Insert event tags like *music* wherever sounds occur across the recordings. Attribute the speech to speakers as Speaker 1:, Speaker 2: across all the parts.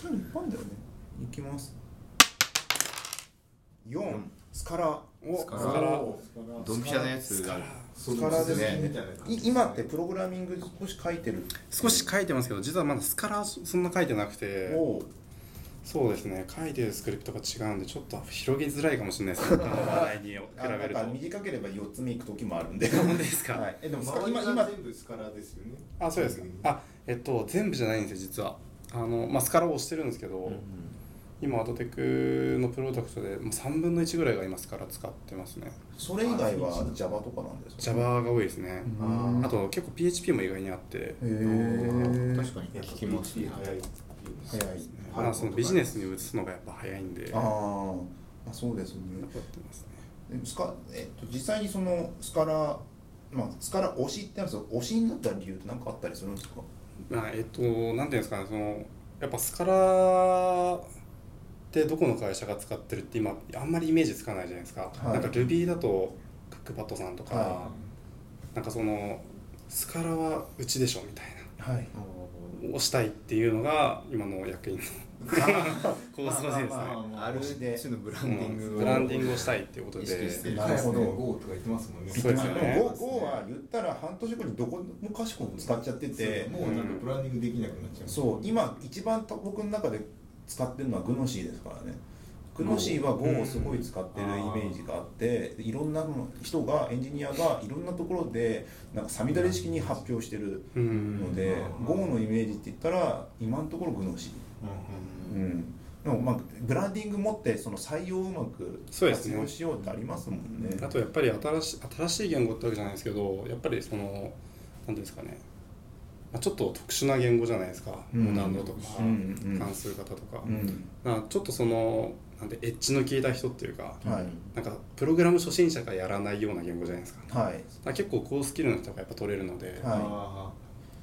Speaker 1: 今日日本だよね
Speaker 2: いきます
Speaker 1: 4
Speaker 2: 四
Speaker 1: スカラ
Speaker 2: お
Speaker 3: スカラ
Speaker 2: スカラ
Speaker 3: ドンピシャのやつが
Speaker 1: スカラですね
Speaker 2: そうで
Speaker 1: い今ってプログラミング少し書いてる
Speaker 3: 少し書いてますけど実はまだスカラーそんな書いてなくて
Speaker 1: おう
Speaker 3: そうですね書いてるスクリプトが違うんでちょっと広げづらいかもしれないですねこの話題に比
Speaker 1: あな
Speaker 3: べ
Speaker 1: ん
Speaker 3: る
Speaker 1: か
Speaker 3: と
Speaker 1: 短ければ4つ目いく時もあるんで
Speaker 3: 本当ですか、
Speaker 1: はいえで
Speaker 4: で
Speaker 1: も
Speaker 4: も
Speaker 1: スカ
Speaker 4: 周り
Speaker 1: 今
Speaker 4: が
Speaker 1: 今
Speaker 4: 全部スカラーですよね。
Speaker 3: あそうですかあえっと全部じゃないんですよ実はあの、まあ、スカラーを押してるんですけど、今アドテクのプロダクトでもう3分の1ぐらいが今スカラー使ってますね
Speaker 1: それ以外は Java とかなんですか
Speaker 3: Java が多いですね
Speaker 1: うん
Speaker 3: あと結構 PHP も意外にあって
Speaker 1: へえ
Speaker 5: 確かに聞きますね
Speaker 4: やっぱ PHP 早いっていう
Speaker 1: 早いですね
Speaker 3: まあ、そのビジネスに移すのがやっぱ早いんで
Speaker 1: あー
Speaker 3: やっ
Speaker 1: あそうですね
Speaker 3: ぱやってますね
Speaker 1: でもスカ、えっと、実際にそのスカラまあスカラ推しってあるんですけど推しになった理由って何かあったりするんですか
Speaker 3: まあ、えっと、なんていうんですかね、その、やっぱスカラってどこの会社が使ってるって今、あんまりイメージつかないじゃないですか。
Speaker 1: はい
Speaker 3: なんか Ruby だと、クックパッドさんとか、
Speaker 1: は
Speaker 3: なんかその、スカラはうちでしょみたい
Speaker 1: はい
Speaker 3: な、をしたいっていうのが、今の役員の構想ですね。
Speaker 5: ある種のブラ
Speaker 3: *laughs*
Speaker 5: ン
Speaker 3: う
Speaker 5: ディング
Speaker 3: んブランディングをしたいっていうこと
Speaker 5: 意識
Speaker 3: で
Speaker 5: して
Speaker 1: なるほど
Speaker 4: GO とか言ってますもんね。
Speaker 3: そ
Speaker 4: *laughs*
Speaker 3: うですよ
Speaker 1: *laughs*
Speaker 3: ね
Speaker 1: も Go, Go は言ったら半年後にどこもかしこも使っちゃってて
Speaker 4: もうなんかブランディングできなくなっちゃう。
Speaker 1: そう今一番僕の中で使ってるのはグノシーですからねグノシーは Go をすごい使ってるイメージがあっていろんな人がエンジニアがいろんなところでなんかサミダレ式に発表してる
Speaker 3: うん
Speaker 1: ので
Speaker 4: うん
Speaker 1: Go のイメージって言ったら今のところグノシ
Speaker 4: うんうん
Speaker 1: ー、うん、でもまあブランディング持ってその採用をうまく
Speaker 3: そうです
Speaker 1: 活
Speaker 3: ね
Speaker 1: 用しようってありますもんね
Speaker 3: あとやっぱり新し新しい言語ってわけじゃないですけどやっぱりその何ていうんですかね、まあ、ちょっと特殊な言語じゃないですか、
Speaker 1: うん
Speaker 3: モダンドとか、
Speaker 1: うんうん
Speaker 3: 関数型とか、
Speaker 1: うん
Speaker 3: まあ、ちょっとそのなんでエッジの効いた人っていうか
Speaker 1: はい
Speaker 3: なんかプログラム初心者がやらないような言語じゃないですか,、
Speaker 1: はい
Speaker 3: 結構高スキルの人がやっぱ取れるので、
Speaker 1: はい
Speaker 4: あ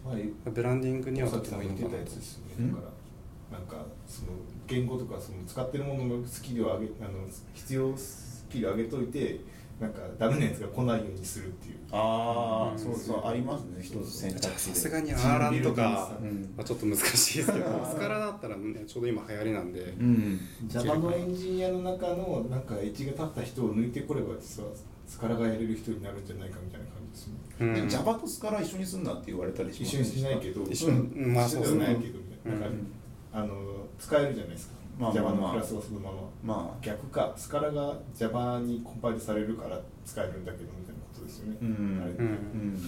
Speaker 4: あはい。
Speaker 3: ブランディングには
Speaker 4: さ
Speaker 3: と
Speaker 4: ってき
Speaker 3: て
Speaker 4: も
Speaker 3: もいい
Speaker 4: 言っ
Speaker 3: のか
Speaker 4: て
Speaker 3: な
Speaker 4: た
Speaker 3: と
Speaker 4: やつですよ
Speaker 1: う
Speaker 4: ね。
Speaker 1: ん
Speaker 4: だからなんかその言語とかその使ってるもののスキルを上げあの必要スキルを上げといてなんかダメなやつが来ないようにするっていう。
Speaker 1: あ
Speaker 3: う
Speaker 1: あ
Speaker 3: ん
Speaker 1: そうそうありますね一つ選択肢
Speaker 3: じゃ
Speaker 1: で
Speaker 3: あさすがにアーランとか、
Speaker 4: うん
Speaker 3: まあ、ちょっと難しいですけど
Speaker 1: *laughs*
Speaker 3: スカラだったら、ね、ちょうど今流行りなんで、
Speaker 1: うん
Speaker 4: ジャパンのエンジニアの中のなんかエッジが立った人を抜いてこれば実は力がやれる人になるんじゃないかみたいな感じですね。
Speaker 3: うん
Speaker 1: で Java とスカラ一緒にすんなって言われたりしま
Speaker 4: 一
Speaker 1: せ
Speaker 4: 緒
Speaker 1: んでし
Speaker 4: に
Speaker 1: た
Speaker 4: しないけど、
Speaker 3: 一緒に
Speaker 4: うん
Speaker 3: まあ
Speaker 4: 一緒
Speaker 3: そうですね
Speaker 4: じゃないけどみたいななんか
Speaker 1: うん
Speaker 4: あの使えるじゃないですか。
Speaker 1: まあま
Speaker 4: Java
Speaker 1: あまあ
Speaker 4: のクラスをそのまま。
Speaker 1: まあ
Speaker 4: 逆か、スカラが Java にコンパイルされるから使えるんだけどみたいなことですよね。
Speaker 1: うん
Speaker 4: あれ
Speaker 3: う
Speaker 1: うんん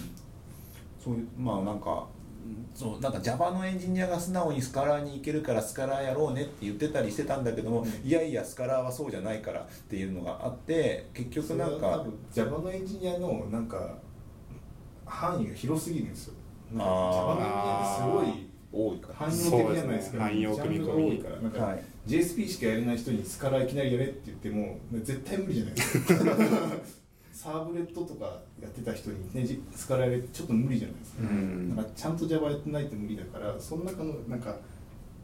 Speaker 1: そういうまあなんかそうなんか Java のエンジニアが素直にスカラに行けるからスカラやろうねって言ってたりしてたんだけども、いやいやスカラはそうじゃないからっていうのがあって結局なん
Speaker 4: それは多
Speaker 1: か
Speaker 4: 分 Java のエンジニアのなんか範囲が広すぎるんですよ。
Speaker 1: あー
Speaker 4: Java のエンジニアってすごい
Speaker 1: 多いか
Speaker 4: 汎用的じゃないですか、
Speaker 3: そうですね汎用組み込み
Speaker 4: ジャンルが多いからなんか、
Speaker 1: はい
Speaker 4: JSP しかやれない人にスカラいきなりやれって言っても絶対無理じゃないですかサーブレットとかやってた人にいきなりスカラやれってちょっと無理じゃないですか,、
Speaker 1: うん
Speaker 4: なんかちゃんと Java やってないと無理だからその中のなんか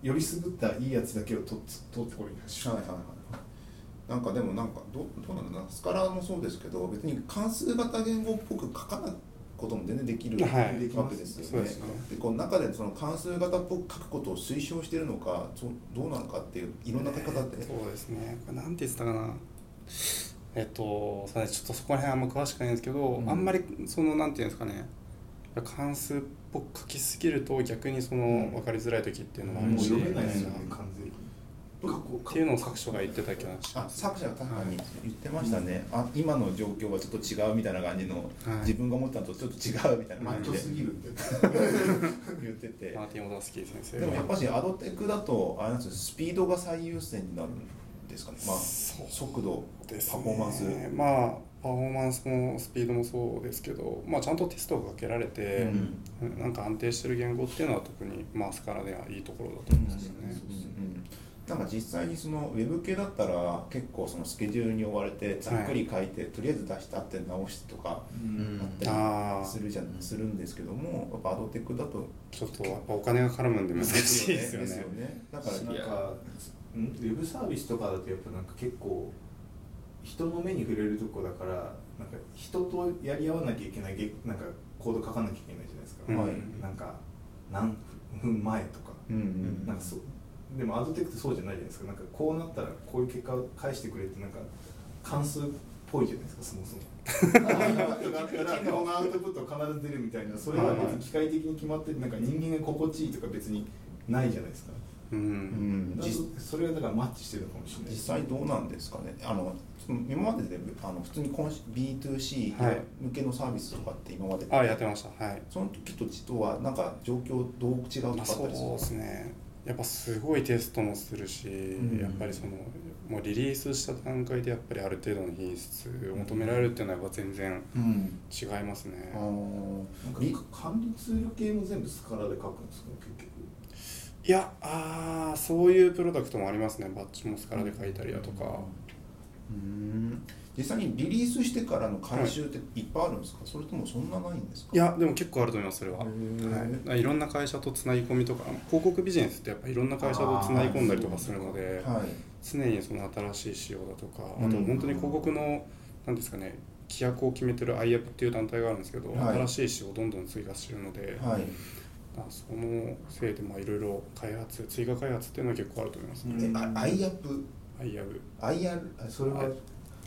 Speaker 4: よりすぐったいいやつだけを取っ取ってこれる
Speaker 1: はいはいはいなんかでもなんかどどうなんだろうなスカラもそうですけど別に関数型言語っぽく書かないことも全然できる、
Speaker 3: はい
Speaker 1: できるわけですよね。
Speaker 3: そうですね
Speaker 1: でこの中でその関数型っぽく書くことを推奨してるのかそうどうなのかっていういろんな書き方って、
Speaker 3: そうですね。これなんて言ってたかな。えっと、そうですちょっとそこら辺あんま詳しくないんですけど、
Speaker 1: ん
Speaker 3: あんまりそのなんていうんですかね。関数っぽく書きすぎると逆にその、
Speaker 1: うん
Speaker 3: 分かりづらい時っていうのもあ
Speaker 4: も
Speaker 3: る
Speaker 4: う
Speaker 3: し、
Speaker 4: 読めないですよね
Speaker 3: うんっ
Speaker 4: 完全に
Speaker 3: ていうのを作者が言ってた気がし
Speaker 1: あ
Speaker 3: ます。
Speaker 1: 作者が確かに言ってましたね、あ今の状況はちょっと違うみたいな感じの、
Speaker 3: はい
Speaker 1: 自分が思ってたのとちょっと違うみたいな
Speaker 4: マ
Speaker 1: 感
Speaker 4: ッ
Speaker 1: じ
Speaker 4: チョ
Speaker 1: です
Speaker 4: ぎるみたいな
Speaker 1: 言ってて
Speaker 3: マーティン・オダスキー先生
Speaker 1: で
Speaker 3: が
Speaker 1: もやっぱしアドテクだとあれなんですよスピードが最優先になるんですかね、まあ、
Speaker 3: そう
Speaker 1: 速度
Speaker 3: ですね
Speaker 1: パフォーマンス、
Speaker 3: まあパフォーマンスもスピードもそうですけど、まあ、ちゃんとテストがかけられて、なんか安定してる言語っていうのは特に、まあ、スカラではいいところだと思うんですよね。
Speaker 1: うんなんか実際にそのウェブ系だったら結構そのスケジュールに追われてざっくり書いて、とりあえず出したって直しとか
Speaker 5: うん
Speaker 3: あ
Speaker 1: あ
Speaker 3: あ
Speaker 1: するじゃんするんですけどもやっぱアドテクだと
Speaker 3: ちょっとやっぱお金が絡むんで難しいですよ
Speaker 1: です
Speaker 3: ね
Speaker 1: よ。ねだから
Speaker 4: なんかんウェブサービスとかだとやっぱなんか結構人の目に触れるとこだからなんか人とやり合わなきゃいけないげなんかコード書かなきゃいけないじゃないですか、
Speaker 3: うん
Speaker 1: はい
Speaker 4: なんか何分前とか、
Speaker 1: うんうん
Speaker 4: なんかそうでもアドテックってそうじゃないじゃないですかなんかこうなったらこういう結果を返してくれってなんか関数っぽいじゃないですかそもそもアウトプットがあった *laughs* らこのアウトプット必ず出るみたいなそれは別に機械的に決まっててなんか人間が心地いいとか別にないじゃないですか
Speaker 3: う
Speaker 1: うんん
Speaker 4: だから
Speaker 1: 実
Speaker 4: それがだからマッチしてるのかもしれない
Speaker 1: 実際どうなんですかねあの今までであの普通にコンシ B2C
Speaker 3: はい
Speaker 1: 向けのサービスとかって今まで、
Speaker 3: あやってましたはい
Speaker 1: その時と実はなんか状況どう違うとかあった
Speaker 3: まあ、
Speaker 1: りす
Speaker 3: そう
Speaker 1: るん
Speaker 3: で
Speaker 1: ですすか
Speaker 3: ねやっぱすごいテストもするし、
Speaker 1: ん
Speaker 3: やっぱりそのもうリリースした段階でやっぱりある程度の品質を求められるっていうのはやっぱ全然
Speaker 1: うん
Speaker 3: 違いますね
Speaker 1: あ、の
Speaker 4: なんか管理ツール系も全部スカラで書くんですか結局
Speaker 3: いやあーそういうプロダクトもありますねバッチもスカラで書いたりだとか、
Speaker 1: うん実際にリリースしてからの回収っていっぱいあるんですか、それともそんなないんですか
Speaker 3: いやでも結構あると思いますそれは、
Speaker 1: へー
Speaker 3: はいだから、いろんな会社とつなぎ込みとか広告ビジネスってやっぱいろんな会社とつなぎ込んだりとかするので、
Speaker 1: はい
Speaker 3: 常にその新しい仕様だとかあ
Speaker 1: うん
Speaker 3: と本当に広告の何ですかね規約を決めてる IAP っていう団体があるんですけど、
Speaker 1: はい
Speaker 3: 新しい仕様をどんどん追加してるので、
Speaker 1: はい
Speaker 3: あそのせいでまあいろいろ開発追加開発っていうのは結構あると思いますね、
Speaker 1: えあ IAP
Speaker 3: IAP
Speaker 1: IR
Speaker 4: あそれは
Speaker 3: はい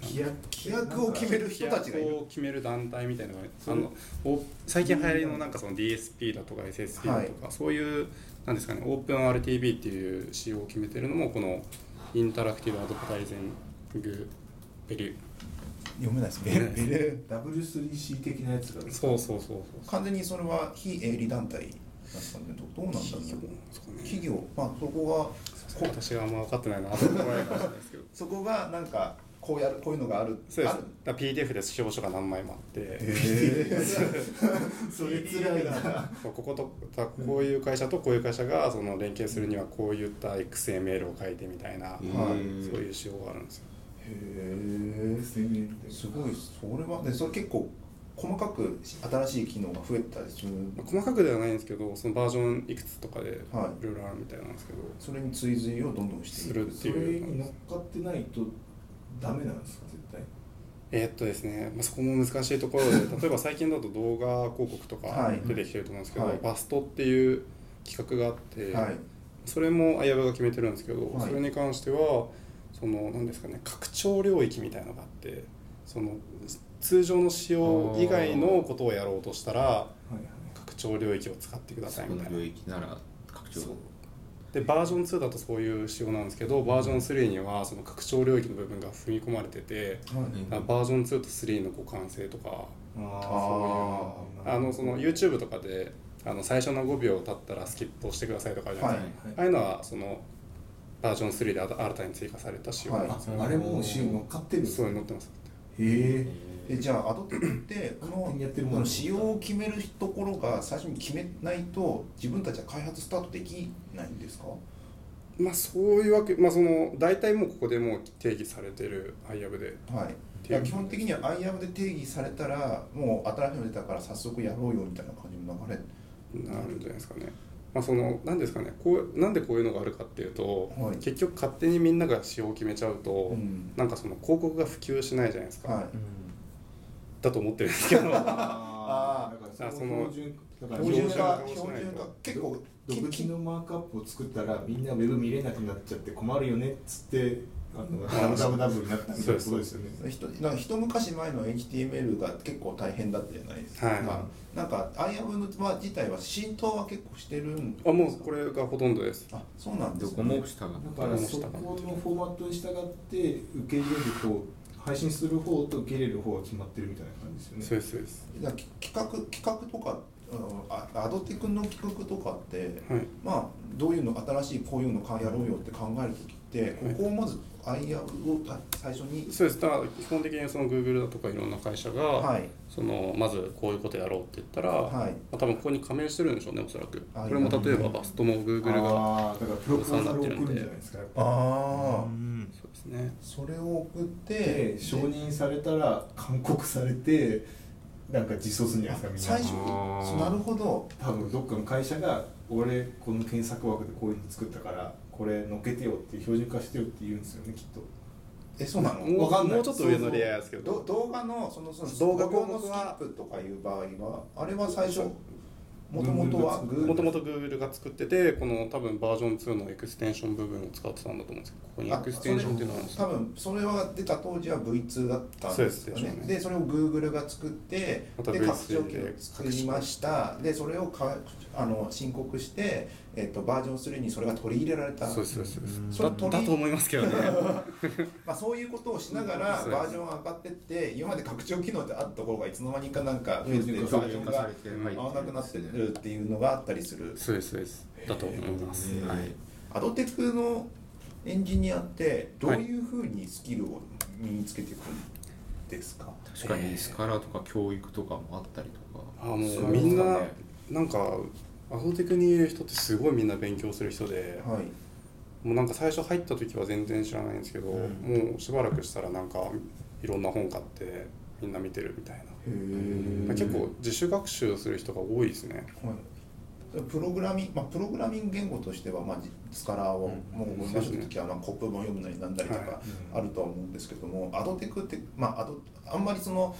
Speaker 4: 規約
Speaker 1: 規約を決める人たちがい
Speaker 3: 規約
Speaker 1: る
Speaker 3: を決める団体みたいなのが
Speaker 4: そ
Speaker 3: あ
Speaker 4: れ
Speaker 3: のお最近流行りのなんかその DSP だとか SSP だとか、そういうなんですかねオープン RTB っていう仕様を決めてるのもこのインタラクティブアドバタイジングベリュー
Speaker 1: 読めないです
Speaker 3: 読めないです
Speaker 1: ベレ
Speaker 4: W3C 的なやつが
Speaker 3: そうそうそうそう
Speaker 1: 完全にそれは非営利団体なんですかねどどうなんだろう
Speaker 3: 企業なんですかね
Speaker 1: 企業まあそこがこ
Speaker 3: 私があんま分かってないなと思われるかもしれないですけど
Speaker 1: そこがなんかこうやるこういうのがある
Speaker 3: そうで
Speaker 1: あ
Speaker 3: す
Speaker 1: る
Speaker 3: だから PDF で司法書が何枚もあって
Speaker 4: それつらいな
Speaker 3: そうこことだこういう会社とこういう会社がその連携するにはこういった XML を書いてみたいな、
Speaker 5: うん
Speaker 3: はいそういう仕様があるんですよ
Speaker 1: へえすごいそれはでそれ結構細かく新しい機能が増えたりする
Speaker 3: まあ細かくではないんですけどそのバージョンいくつとかでいろいろ
Speaker 1: は
Speaker 3: あるみたいなんですけど、
Speaker 1: それに追随をどんどんしてい
Speaker 3: す
Speaker 1: く
Speaker 3: るって
Speaker 4: そ
Speaker 3: い
Speaker 4: れ
Speaker 3: う
Speaker 4: に乗っかってないとダメなんですか絶対
Speaker 3: えーっとですね、まあ、そこも難しいと
Speaker 1: *laughs*
Speaker 3: ころで例えば最近だと動画広告とか
Speaker 1: はい
Speaker 3: 出てきてると思うんですけど、
Speaker 1: はい
Speaker 3: バストっていう企画があって、
Speaker 1: はい
Speaker 3: それも綾部が決めてるんですけど、
Speaker 1: はい
Speaker 3: それに関してはその何ですかね拡張領域みたいなのがあってその通常の使用以外のことをやろうとしたら
Speaker 4: はいはい
Speaker 3: 拡張領域を使ってくだ
Speaker 5: そ
Speaker 3: さい
Speaker 5: こ
Speaker 3: みた
Speaker 5: の
Speaker 3: いな
Speaker 5: 領域なら拡張
Speaker 3: そうでバージョン2だとそういう仕様なんですけどバージョン3にはその拡張領域の部分が踏み込まれてて
Speaker 1: はい
Speaker 3: バージョン2と3の互換性とか
Speaker 4: ああ
Speaker 3: あのその YouTube とかであの最初の5秒経ったらスキップをしてくださいとかあるじゃないですか、ああいうのはそのバージョン3で新たに追加された仕様
Speaker 1: はい
Speaker 4: ああれもう仕様乗っかってるんです
Speaker 3: そう
Speaker 4: か
Speaker 3: いう
Speaker 4: へ
Speaker 3: の載ってます
Speaker 4: え
Speaker 1: えじゃあアドテックってこ
Speaker 4: 勝手にやってる
Speaker 1: の
Speaker 4: も
Speaker 1: こ
Speaker 4: ん
Speaker 1: の仕様を決めるところが最初に決めないと自分たちは開発スタートできないんですか
Speaker 3: まあそういうわけまあその大体もうここでもう定義されてる IAB で
Speaker 1: はいいや基本的には IAM で定義されたらもう新しいの出たから早速やろうよみたいな感じの流れ
Speaker 3: なるんじゃないですかねまあその何ですかねこうなんでこういうのがあるかっていうと、
Speaker 1: はい
Speaker 3: 結局勝手にみんなが仕様を決めちゃうと、
Speaker 1: ん
Speaker 3: なんかその広告が普及しないじゃないですか、
Speaker 1: はい
Speaker 3: だと思ってるんで
Speaker 1: *laughs*
Speaker 3: すけど
Speaker 4: ああだからその標準だから
Speaker 1: 標準
Speaker 3: 化
Speaker 1: が標準が結構
Speaker 4: 独自のマークアップを作ったらみんなウェブ見れなくなっちゃって困るよねっつってあのダブダブダブになったみたいなことですよね
Speaker 1: ひとなんか一昔前の HTML が結構大変だったじゃないですか、
Speaker 3: はい
Speaker 1: なんか IAM は自体は浸透は結構してるん
Speaker 3: あもうこれがほとんどです
Speaker 1: あそうなんで
Speaker 5: ど
Speaker 1: す
Speaker 5: こ
Speaker 1: ね
Speaker 5: も下が
Speaker 4: だからそこのフォーマットに従って受け入れる方配信する方と受け入れる方が決まってるみたいな感じです
Speaker 3: そう
Speaker 4: よね
Speaker 3: ですそうです
Speaker 1: だから企画企画とかうんあアドテクの企画とかって
Speaker 3: はい
Speaker 1: まあどういうの新しいこういうのかやろうよって考える時ってここをまず IAM をあ最初に
Speaker 3: そうですだから基本的にその Google だとかいろんな会社が、
Speaker 1: はい
Speaker 3: そのまずこういうことやろうって言ったら、
Speaker 1: はい
Speaker 3: まあ、多分ここに加盟してるんでしょうねおそらく
Speaker 1: あ
Speaker 3: これも例えばバストも Google が
Speaker 4: ああだからプロポーザルを送るんじゃないですかやっぱ
Speaker 1: ああ
Speaker 3: そうですね
Speaker 1: それを送って
Speaker 4: で承認されたら勧告されてなんか実装するんじゃないですか
Speaker 1: 最
Speaker 4: みん
Speaker 1: 初
Speaker 4: な
Speaker 5: あー
Speaker 1: そうなるほど
Speaker 4: 多分どっかの会社が俺この検索枠でこういうの作ったからこれ乗っけてよって標準化してよって言うんですよねきっと
Speaker 1: えそうな
Speaker 3: も
Speaker 1: の
Speaker 3: う
Speaker 4: わかんない
Speaker 3: もうちょっと上のレイヤーですけど
Speaker 1: ど動画のそのその
Speaker 3: 動画
Speaker 1: 動画のス
Speaker 3: 広告
Speaker 1: キ
Speaker 3: は
Speaker 1: ップとかいう場合はあれは最初もともとは Google
Speaker 3: もともと Google が作っててこの多分バージョン2のエクステンション部分を使ってたんだと思うんですけどここにエクステンションっていうのがあるんです
Speaker 1: 多分それは出た当時は V2 だったんですよ
Speaker 3: そうで
Speaker 1: ね
Speaker 3: す
Speaker 1: で
Speaker 3: ね
Speaker 1: それを Google が作って
Speaker 3: また
Speaker 1: で
Speaker 3: V2
Speaker 1: 拡張機を作りましたでそれをかあの申告して、えっとバージョン3にそれが取り入れられた
Speaker 3: そうですそうですそうです
Speaker 1: それ取り
Speaker 3: だだと思いますけどね
Speaker 1: まあ、そういうことをしながら
Speaker 3: そうです
Speaker 1: バージョン上がってって今まで拡張機能であったところがいつの間にかなんかフェーズで
Speaker 5: 標準
Speaker 1: バ
Speaker 5: 化さ
Speaker 1: ー
Speaker 5: れ
Speaker 1: ジ
Speaker 5: て
Speaker 1: ョンが
Speaker 3: う
Speaker 5: 化されて
Speaker 3: ん
Speaker 5: 入
Speaker 1: 合
Speaker 5: っ
Speaker 1: わ
Speaker 5: て
Speaker 1: な
Speaker 5: る
Speaker 1: くなって
Speaker 5: ね
Speaker 1: るっていうのがあったりする
Speaker 3: そうですそうですだと思います
Speaker 1: へー
Speaker 3: はい
Speaker 1: アドテックのエンジニアってどういうふうにスキルを身につけていくんですか、
Speaker 5: 確かにスカラとか教育とかもあったりとか
Speaker 3: あもう
Speaker 5: すごいです
Speaker 3: みん
Speaker 5: か
Speaker 3: な
Speaker 5: ね
Speaker 3: なんかアドテクにいる人ってすごいみんな勉強する人で、
Speaker 1: はい
Speaker 3: もうなんか最初入った時は全然知らないんですけど、
Speaker 5: うん
Speaker 3: もうしばらくしたらなんかいろんな本買ってみんな見てるみたいな、
Speaker 1: へ
Speaker 3: 結構自主学習する人が多いですね
Speaker 1: はい、プログラミング、まあ、プログラミング言語としては、まあ、スカラーをもう覚えました時は、まあ、コップ本読むなりなんだりと
Speaker 3: は
Speaker 1: かあるとは思うんですけども、アドテクって、まあ、アドあんまりその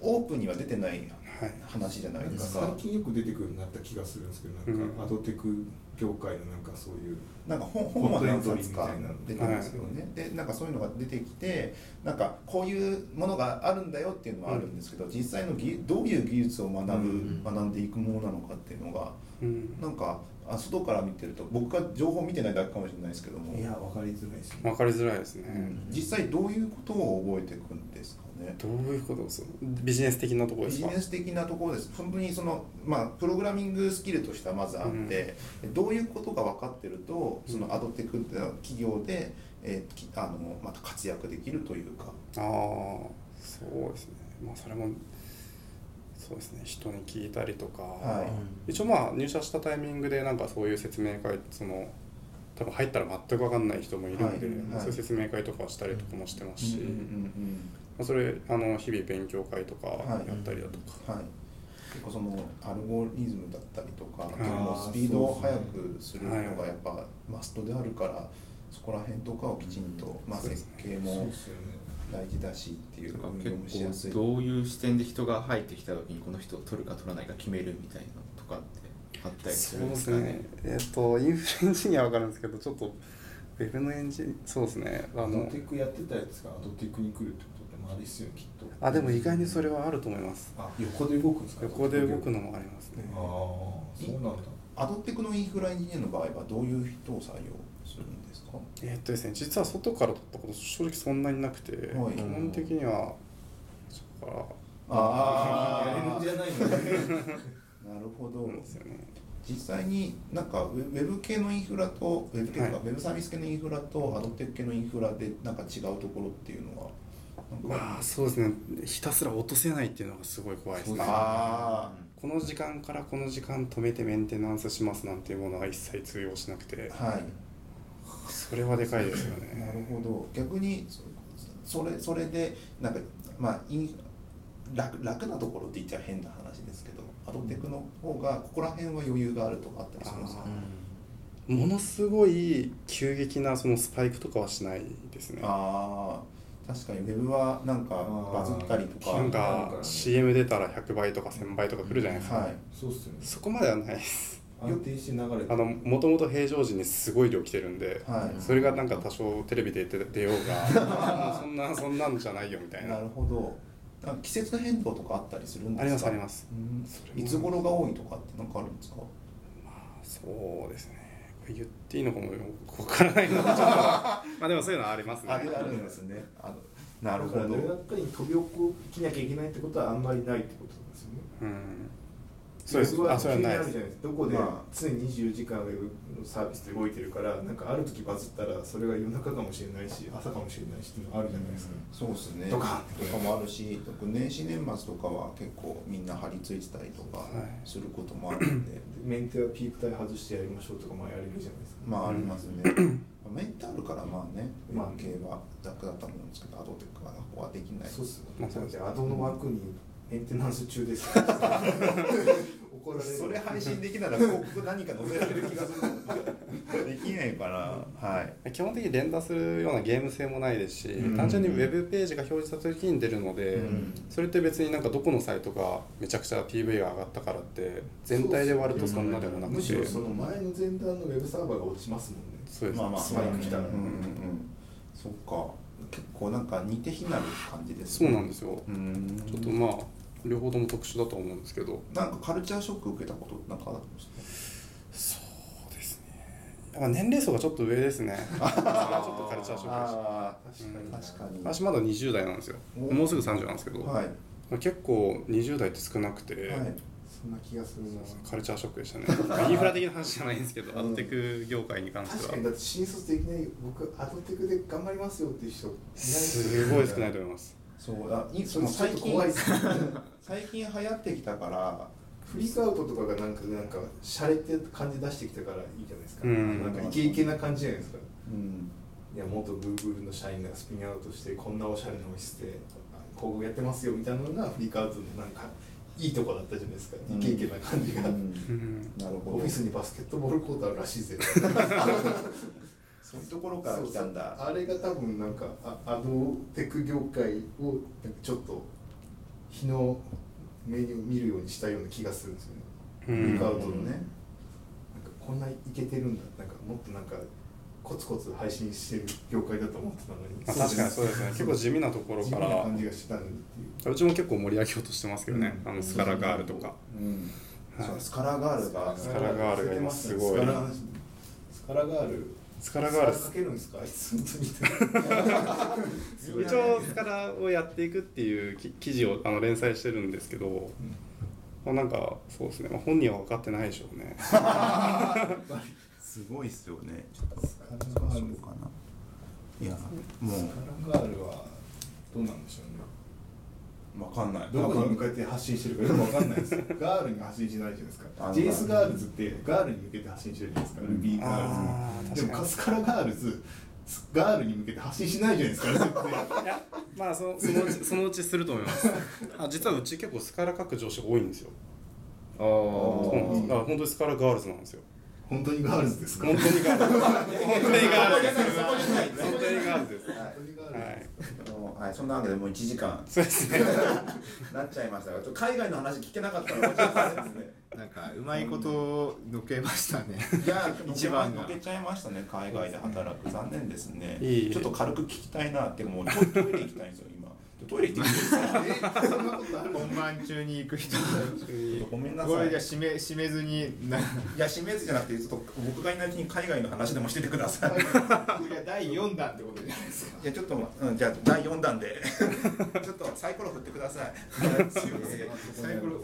Speaker 1: オープンには出てない
Speaker 3: はい
Speaker 1: 話じゃない
Speaker 4: なん
Speaker 1: で
Speaker 4: か
Speaker 1: す
Speaker 4: 最
Speaker 1: か。
Speaker 4: 近よく出てくるようになった気がするんですけど、なんかアドテク業界のなんかそういう、
Speaker 1: なんか本本は何冊
Speaker 4: ホッ
Speaker 1: か
Speaker 4: トエントリーみたいなの
Speaker 1: 出てますよね、でなんかそういうのが出てきてなんかこういうものがあるんだよっていうのはあるんですけど、実際の技どういう技術を学ぶ、
Speaker 5: うん
Speaker 1: 学んでいくものなのかっていうのが
Speaker 3: うん
Speaker 1: なんかあ外から見てると僕が情報見てないだけかもしれないですけども
Speaker 4: いや分かりづらいですね
Speaker 3: 分かりづらいですね、
Speaker 1: うん実際どういうことを覚えていくんですかね
Speaker 3: どういうことですかビジネス的なところ
Speaker 1: ビ
Speaker 3: です
Speaker 1: ジ
Speaker 3: か
Speaker 1: ネス的なところです本当にその、まあ、プログラミングスキルとしてはまずあって、どういうことが分かってるとそのアドテクって企業で、えーきあのまた活躍できるというか
Speaker 3: ああそうですねまあそれもそうですね人に聞いたりとか、
Speaker 1: は
Speaker 3: 一応まあ入社したタイミングでなんかそういう説明会その多分入ったら全く分かんない人もいるんで、
Speaker 1: はいはい
Speaker 3: そういう説明会とかしたりとかもしてますし、
Speaker 1: うんうん
Speaker 3: まあ、それあの日々勉強会とかや
Speaker 1: はい
Speaker 3: ったりだとか、
Speaker 1: うんはい、結構そのアルゴリズムだったりとか
Speaker 3: ー
Speaker 1: 結構スピードを速くするの
Speaker 3: は
Speaker 1: が
Speaker 3: い
Speaker 1: やっぱマストであるからそこら辺とかをきちんと、まあ、
Speaker 3: そうで
Speaker 1: 設
Speaker 3: す
Speaker 1: 計
Speaker 3: ね
Speaker 4: そう
Speaker 1: も
Speaker 4: ですよね
Speaker 1: 大事だしっていう運用もしやす
Speaker 5: 結
Speaker 1: い
Speaker 5: 構どういう視点で人が入ってきた時にこの人を取るか取らないか決めるみたいなのとかってあったり
Speaker 3: そ
Speaker 5: す
Speaker 3: う
Speaker 5: る
Speaker 3: で
Speaker 5: んです
Speaker 3: す
Speaker 5: かね
Speaker 3: ねえっとインフルエンジニアは分かるんですけどちょっとウェブのエンジンそうですねあ
Speaker 4: アド
Speaker 3: の
Speaker 4: テクやってたやつがアドテクに来るってことってまあれですよねきっと
Speaker 3: あでも意外にそれはあると思います
Speaker 4: あ横で動くんですか
Speaker 3: 横で動く
Speaker 4: の
Speaker 3: のもありますね
Speaker 4: ああそうなんだ
Speaker 1: アドテクのインフラエンジニアの場合はどういう人を採用するんですか
Speaker 3: えっとですね実は外から取ったこと正直そんなになくて、
Speaker 1: はい
Speaker 3: 基本的にはそこから
Speaker 4: やれるんじゃないの
Speaker 1: なるほ
Speaker 3: そ
Speaker 1: ど
Speaker 3: うなんですよね
Speaker 1: 実際になんかウェウェブ系のインフラとウェブ系とか
Speaker 3: はい
Speaker 1: ウェブサービス系のインフラとアドテック系のインフラでなんか違うところっていうのはなんか
Speaker 3: まあそうですねひたすら落とせないっていうのがすごい怖いです
Speaker 5: そう
Speaker 3: ね
Speaker 5: ですね
Speaker 1: あ
Speaker 3: この時間からこの時間止めてメンテナンスしますなんていうものは一切通用しなくて
Speaker 1: はい
Speaker 3: それはでかいですよ
Speaker 1: なる
Speaker 3: ね
Speaker 1: ほど逆にそそれそれでなんかまあイン楽楽なところって言っちゃ変な話ですけどアドテクの方がここら辺は余裕があるとかあったりするんですか
Speaker 3: あものすごい急激なそのスパイクとかはしないですね
Speaker 1: ああ確かにウェブはなんかバズったりとか
Speaker 3: なん
Speaker 4: ある
Speaker 3: か
Speaker 4: からね
Speaker 3: CM 出たら100倍とか1000倍とか来るじゃないですか、
Speaker 1: はい
Speaker 4: そうっすよね
Speaker 3: そこまではないです *laughs*
Speaker 4: 安定して流れて
Speaker 3: あのもともと平常時にすごい量来てるんで、
Speaker 1: はい
Speaker 3: それがなんか多少テレビで出て出ようが *laughs* そんなそんなんじゃないよみたいな
Speaker 1: なるほどなんか季節変動とかあったりするんですか
Speaker 3: ありますあります
Speaker 1: うん
Speaker 3: それも
Speaker 1: いつ頃が多いとかってなんかあるんですか
Speaker 3: そうですね。これ言っていいのかもよくわからな
Speaker 1: *laughs*
Speaker 3: いので、ちょっとまあでもそういうのはありますね。
Speaker 1: あれあるんですねあのなる
Speaker 4: だ
Speaker 1: ほ
Speaker 4: から
Speaker 1: ど
Speaker 4: 大学に飛び起きなきゃいけないってことはあんまりないってことなんですよね
Speaker 3: うん。そうです。あ、それはない
Speaker 4: で
Speaker 3: ですす。
Speaker 4: どこで
Speaker 1: ま
Speaker 4: 常に24時間ウェブのサービスで動いてるからなんかある時バズったらそれが夜中かもしれないし朝かもしれないしっていうのあるじゃないですか、
Speaker 1: そうですね
Speaker 4: ドカン
Speaker 1: とかもあるし特に年始年末とかは結構みんな張り付いてたりとか
Speaker 3: はい
Speaker 1: することもあるんで、
Speaker 4: *clears throat* メンテはピーク帯外してやりましょうとかもやれるじゃないですか、
Speaker 1: まあありますね、メンタルからまあねウ
Speaker 4: まあ
Speaker 1: ェブ系は楽だと思うんですけどアドテックはここはできない
Speaker 4: そうっすよね
Speaker 3: まあそうです
Speaker 4: だってアドの枠にメンテナンス中ですお怒られる
Speaker 1: それ配信できたら広告何か載せられる気がするできないからはい
Speaker 3: 基本的に連打するようなゲーム性もないですし、
Speaker 1: うん
Speaker 3: 単純にウェブページが表示された時に出るので、
Speaker 1: うん
Speaker 3: それって別になんかどこのサイトがめちゃくちゃ PV が上がったからって全体で割るとそんなでもなく
Speaker 4: む
Speaker 3: て
Speaker 4: しろその前の前段のウェブサーバーが落ちますもんね
Speaker 3: そうです、
Speaker 1: まあまあ
Speaker 4: スパイク来たら
Speaker 1: うんうんうんそっか結構なんか似て非なる感じです
Speaker 3: そうなんですすよ、
Speaker 1: うん
Speaker 3: ちょっとまあ両方とも特殊だと思うんですけど
Speaker 1: なんかカルチャーショック受けたことなんかあったんですか
Speaker 3: そうですねやっぱ年齢層がちょっと上で
Speaker 1: *laughs*
Speaker 3: すねそれはちょっとカルチャーショックでした
Speaker 1: あー
Speaker 3: うん
Speaker 1: 確かに
Speaker 3: 私まだ20代なんですよ
Speaker 1: お
Speaker 3: もうすぐ30なんですけど、
Speaker 1: はい
Speaker 3: 結構20代って少なくて、
Speaker 1: はい
Speaker 4: そんな気がするな
Speaker 3: カルチャーショックでしたねインフラ的な話じゃないんですけど、アドテク業界に関して
Speaker 4: 確か
Speaker 3: は
Speaker 4: にだって新卒できない僕アドテクで頑張りますよっていう人いないですよ
Speaker 3: すごい少ないと思います
Speaker 1: そうあい
Speaker 4: そ
Speaker 1: そ
Speaker 4: れ
Speaker 1: の
Speaker 4: ちょっ
Speaker 1: 最
Speaker 4: と
Speaker 1: 近
Speaker 4: 怖い
Speaker 1: *laughs*
Speaker 4: ですね
Speaker 1: 最近流行ってきたから
Speaker 4: フリークアウトとかがなんかなんか洒落てる感じ出してきたからいいじゃないですか、
Speaker 3: うん
Speaker 4: なんかイケイケな感じじゃないですか
Speaker 1: うん
Speaker 4: いや元グーグルの社員がスピンアウトしてこんなおしゃれなオフィスで広告やってますよみたいなのがフリークアウトのなんかいいとこだったじゃないですか、
Speaker 1: うん
Speaker 4: イケイケな感じが、
Speaker 1: うん
Speaker 3: うん
Speaker 1: なるほど
Speaker 4: オフィスにバスケットボールコートあるらしいぜ
Speaker 1: そういうところから来たんだ
Speaker 4: そうそうあれが多分なんかあアドテク業界をなんかちょっと日の目に見るようにしたような気がするんですよね、
Speaker 3: う
Speaker 4: フリ
Speaker 3: ん
Speaker 4: ークアウトのね、なんかこんないけてるんだなんかもっとなんかコツコツ配信してる業界だと思ってたのに、
Speaker 3: まあ、確かにそうですね結構地味なところ
Speaker 4: 自
Speaker 3: か
Speaker 4: 分な
Speaker 3: ら
Speaker 4: 感じがしたのにっていう
Speaker 3: うちも結構盛り上げようとしてますけどね、
Speaker 1: うん
Speaker 3: あのスカラガールとか、
Speaker 1: うん
Speaker 3: はい
Speaker 1: そうスカラガールが
Speaker 3: スカラガールが今すご
Speaker 4: ス
Speaker 3: い
Speaker 4: カラスカラガール
Speaker 3: スカラガール
Speaker 4: スカかけるんですかあいつ本
Speaker 3: *laughs*
Speaker 4: 当に *laughs*
Speaker 3: 一応スカラをやっていくっていうき記事をあの連載してるんですけど、まあ、なんかそうですね、まあ、本人は分かってないでしょうね
Speaker 1: すごいっすよねちょっと
Speaker 4: スカラガール
Speaker 1: そうかないやも
Speaker 4: スカラガールはどうなんでしょうね
Speaker 1: うわかんない
Speaker 4: どこに
Speaker 1: わかん
Speaker 4: 向
Speaker 1: ない
Speaker 4: かって発信してるか *laughs* よくわかんないですガールに発信しないじゃないですか
Speaker 1: あの
Speaker 4: JS ガールズってガールに向けて発信してるじゃないですか Ruby ガ
Speaker 3: あ
Speaker 4: ー
Speaker 3: ー
Speaker 4: ルズで
Speaker 3: 確か
Speaker 4: も
Speaker 3: に
Speaker 4: カスカラガールズガールに向けて発信しないじゃないですか絶対
Speaker 3: いやまあそのそのうちそのうちすると思い *laughs* ますあ実はうち結構スカラ書く上司が多いんですよ
Speaker 5: あ
Speaker 3: そうなんですだ
Speaker 5: ー
Speaker 3: から本当にスカラガールズなんですよ
Speaker 4: 本当にガールズですか
Speaker 3: 本当 *laughs* にガールズ本当にガールズです
Speaker 1: そこじゃないそこじゃない
Speaker 3: 本当にガールズです
Speaker 1: はい
Speaker 4: 本当にガールズ
Speaker 3: はい
Speaker 1: あのはいそんなわけでもう1時間
Speaker 3: そうですね
Speaker 1: *laughs* なっちゃいましたがちょっと海外の話聞けなかったのがちょっとあれですね
Speaker 5: なんかうまいことのけました
Speaker 1: *laughs*
Speaker 5: ね
Speaker 1: いや
Speaker 5: 一
Speaker 1: 一
Speaker 5: 番
Speaker 1: 番
Speaker 5: が
Speaker 1: 抜けちゃいましたね海外で働く残念ですね
Speaker 3: いい
Speaker 1: ちょっと軽く聞きたいなってもうトトイレ行きたいんですよ
Speaker 5: *laughs*
Speaker 1: 今トイレ行ってきていいですか
Speaker 4: えそんなことある
Speaker 5: 本番中に行く人
Speaker 1: ごめんな
Speaker 5: こ
Speaker 1: さ
Speaker 5: れ
Speaker 1: い
Speaker 5: じゃ締め締めずにな
Speaker 1: いや締めずじゃなくてちょっと僕がいないうちに海外の話でもしててください
Speaker 5: これが第四弾ってことじゃないですか
Speaker 1: いやちょっと、うん、じゃあ第4弾でちょっとサイコロ振ってください。
Speaker 5: サイコロ